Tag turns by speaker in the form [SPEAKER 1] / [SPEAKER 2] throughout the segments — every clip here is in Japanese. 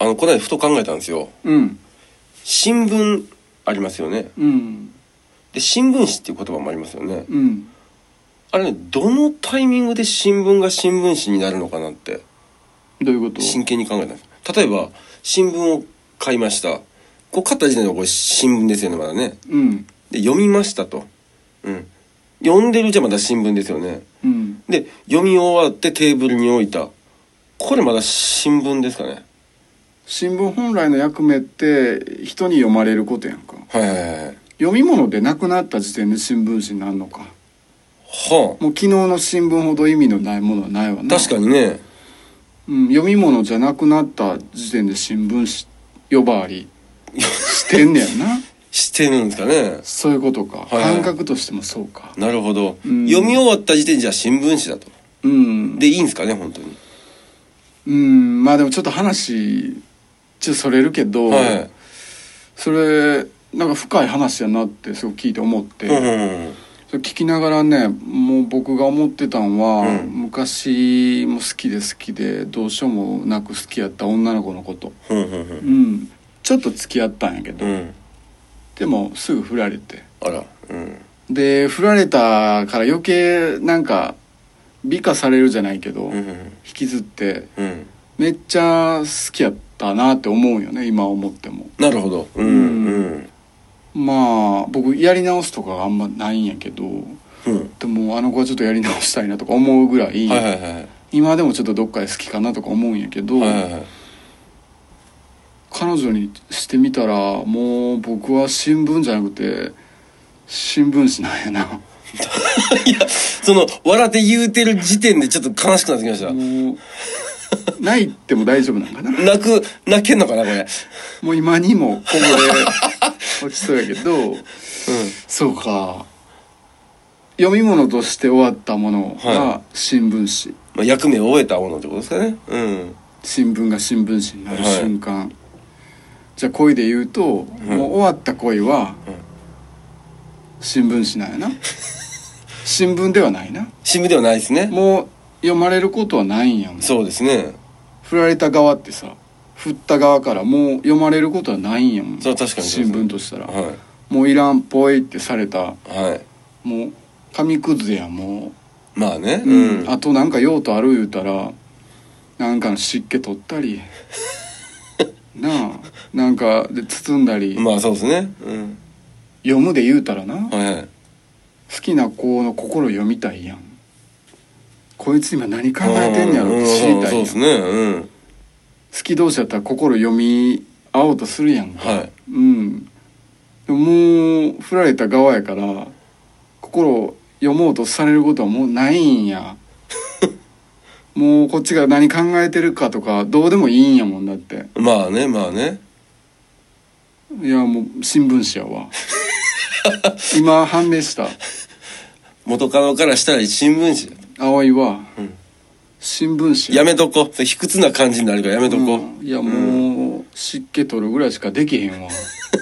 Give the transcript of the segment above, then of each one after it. [SPEAKER 1] の、この間ふと考えたんですよ。
[SPEAKER 2] うん
[SPEAKER 1] 新聞ありますよね。
[SPEAKER 2] うん
[SPEAKER 1] で、新聞紙っていう言葉もありますよね。
[SPEAKER 2] うん
[SPEAKER 1] あれね、どのタイミングで新聞が新聞紙になるのかなって、
[SPEAKER 2] どういうこと
[SPEAKER 1] 真剣に考えたんです。例えば、新聞を買いました。こう、買った時点でこれ新聞ですよね、まだね。
[SPEAKER 2] うん
[SPEAKER 1] で、読みましたと。うん。読んでるうちはまだ新聞ですよね。
[SPEAKER 2] うん
[SPEAKER 1] で、読み終わってテーブルに置いた。これまだ新聞ですかね。
[SPEAKER 2] 新聞本来の役目って人に読まれることやんか
[SPEAKER 1] はいはいはいはい。
[SPEAKER 2] 読み物でなくなった時点で新聞紙になるのか
[SPEAKER 1] は
[SPEAKER 2] もう昨日の新聞ほど意味のないものはないわ
[SPEAKER 1] あ。
[SPEAKER 2] な
[SPEAKER 1] 確かにね。
[SPEAKER 2] うん、読み物じゃなくなった時点で新聞紙呼ばわりしてんねや な
[SPEAKER 1] してるんですかね。
[SPEAKER 2] そういうことか、
[SPEAKER 1] はい
[SPEAKER 2] 感覚としてもそうか
[SPEAKER 1] なるほど。
[SPEAKER 2] うん
[SPEAKER 1] 読み終わった時点じゃ新聞紙だと。
[SPEAKER 2] うん
[SPEAKER 1] で、いいんですかね、本当に。
[SPEAKER 2] うんまあでもちょっと話ちょっとそれるけど、
[SPEAKER 1] は
[SPEAKER 2] それなんか深い話やなってすごく聞いて思っ
[SPEAKER 1] い。
[SPEAKER 2] て、
[SPEAKER 1] うんうんうん。
[SPEAKER 2] それ聞きながらねもう僕が思ってたんは、
[SPEAKER 1] うん
[SPEAKER 2] 昔も好きで好きでどうしようもなく好きやった女の子のこと、
[SPEAKER 1] うんうんうん。
[SPEAKER 2] うん、ちょっと付き合ったんやけど、
[SPEAKER 1] うん。
[SPEAKER 2] でもすぐ振られて
[SPEAKER 1] あら。うん。
[SPEAKER 2] で振られたから余計なんか美化されるじゃないけど、
[SPEAKER 1] うんう
[SPEAKER 2] 引
[SPEAKER 1] ん
[SPEAKER 2] きずって
[SPEAKER 1] うん。うん。
[SPEAKER 2] めっちゃ好きやったなって思うよね今思っても
[SPEAKER 1] なるほど。うんうん。
[SPEAKER 2] まあ僕やり直すとかがあんまないんやけど
[SPEAKER 1] うん。
[SPEAKER 2] でもあの子はちょっとやり直したいなとか思うぐらい、
[SPEAKER 1] はいはいはい。
[SPEAKER 2] 今でもちょっとどっかで好きかなとか思うんやけど、
[SPEAKER 1] はいはいはい。
[SPEAKER 2] 彼女にしてみたらもう僕は新聞じゃなくて新聞紙なんやな。
[SPEAKER 1] いや、その、笑って言うてる時点でちょっと悲しくなってきました。
[SPEAKER 2] もうないっても大丈夫なんかな
[SPEAKER 1] 泣く、泣けんのかな、これ。
[SPEAKER 2] もう今にもこぼれ落ちそうやけ どそうか読み物として終わったもの
[SPEAKER 1] は
[SPEAKER 2] が新聞紙、
[SPEAKER 1] まあ、役目を終えたものってことですかね。うん。
[SPEAKER 2] 新聞が新聞紙になる
[SPEAKER 1] はい
[SPEAKER 2] 瞬間、じゃあ恋で言うと、もう終わった恋は、
[SPEAKER 1] うん
[SPEAKER 2] 新聞紙なんやな 新聞ではないな
[SPEAKER 1] 新聞ではないですね。
[SPEAKER 2] もう読まれることはないんやもん
[SPEAKER 1] そうですね。
[SPEAKER 2] 振られた側ってさ振った側からもう読まれることはないんやもん
[SPEAKER 1] そう確かにそうで
[SPEAKER 2] 新
[SPEAKER 1] すね
[SPEAKER 2] 聞としたら、
[SPEAKER 1] は
[SPEAKER 2] もういらんぽいってされた
[SPEAKER 1] い。はい。
[SPEAKER 2] もう紙くずやも
[SPEAKER 1] まあね。
[SPEAKER 2] う、うんあとなんか用途ある言うたらなんかの湿気取った りなあなんかで包んだり、
[SPEAKER 1] まあそうですね。うん。
[SPEAKER 2] 読むで言うたらな、好
[SPEAKER 1] はいはい。
[SPEAKER 2] きな子の心読みたいやんこいつ今何考えてんやろって知り
[SPEAKER 1] うん
[SPEAKER 2] た
[SPEAKER 1] そ
[SPEAKER 2] い
[SPEAKER 1] う
[SPEAKER 2] やん
[SPEAKER 1] ですね。うん。
[SPEAKER 2] 好き同士やったら心読み合おうとするやんか
[SPEAKER 1] はい。
[SPEAKER 2] うんでももう振られた側やから心を読もうとされることはもうない んやもうこっちが何考えてるかとかどうでもいいんやもんだって
[SPEAKER 1] まあね、まあね。
[SPEAKER 2] いやもう新聞紙 やわ今判明した
[SPEAKER 1] 元カノからしたら新聞紙だ
[SPEAKER 2] 葵は
[SPEAKER 1] うん
[SPEAKER 2] 新聞紙
[SPEAKER 1] やめとこう。それ卑屈な感じになるからやめとこう。
[SPEAKER 2] うんいやもう湿気取るぐらいしかできへん わ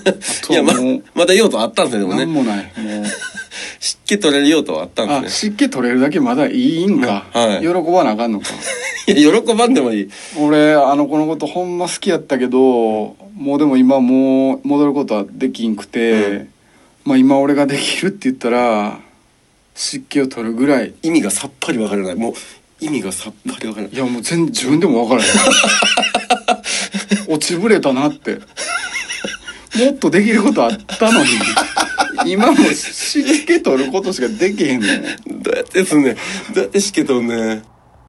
[SPEAKER 2] あ
[SPEAKER 1] い
[SPEAKER 2] と
[SPEAKER 1] や、
[SPEAKER 2] はも
[SPEAKER 1] ま
[SPEAKER 2] う、、
[SPEAKER 1] また用途あったんですね、でも
[SPEAKER 2] 何
[SPEAKER 1] ね。
[SPEAKER 2] もないもう
[SPEAKER 1] 湿気取れる用途はあったん
[SPEAKER 2] あ
[SPEAKER 1] です
[SPEAKER 2] 湿気取れるだけまだいいんか、
[SPEAKER 1] はい
[SPEAKER 2] 喜ばなあか んのか
[SPEAKER 1] ね。 いや、喜ばんでもいい。
[SPEAKER 2] 俺あの子のことほんま好きやったけどもうでも今もう戻ることはできんくて、
[SPEAKER 1] う
[SPEAKER 2] まあ今俺ができるって言ったら湿気を取るぐらい
[SPEAKER 1] 意味がさっぱりわからない。もう、意味がさっぱりわからない
[SPEAKER 2] い。やもう全然自分でも分からへ ん落ちぶれたなってもっとできることあったのに今も湿気取ることしかできへんのよ
[SPEAKER 1] どうやってすんねんどうやって湿気取んねん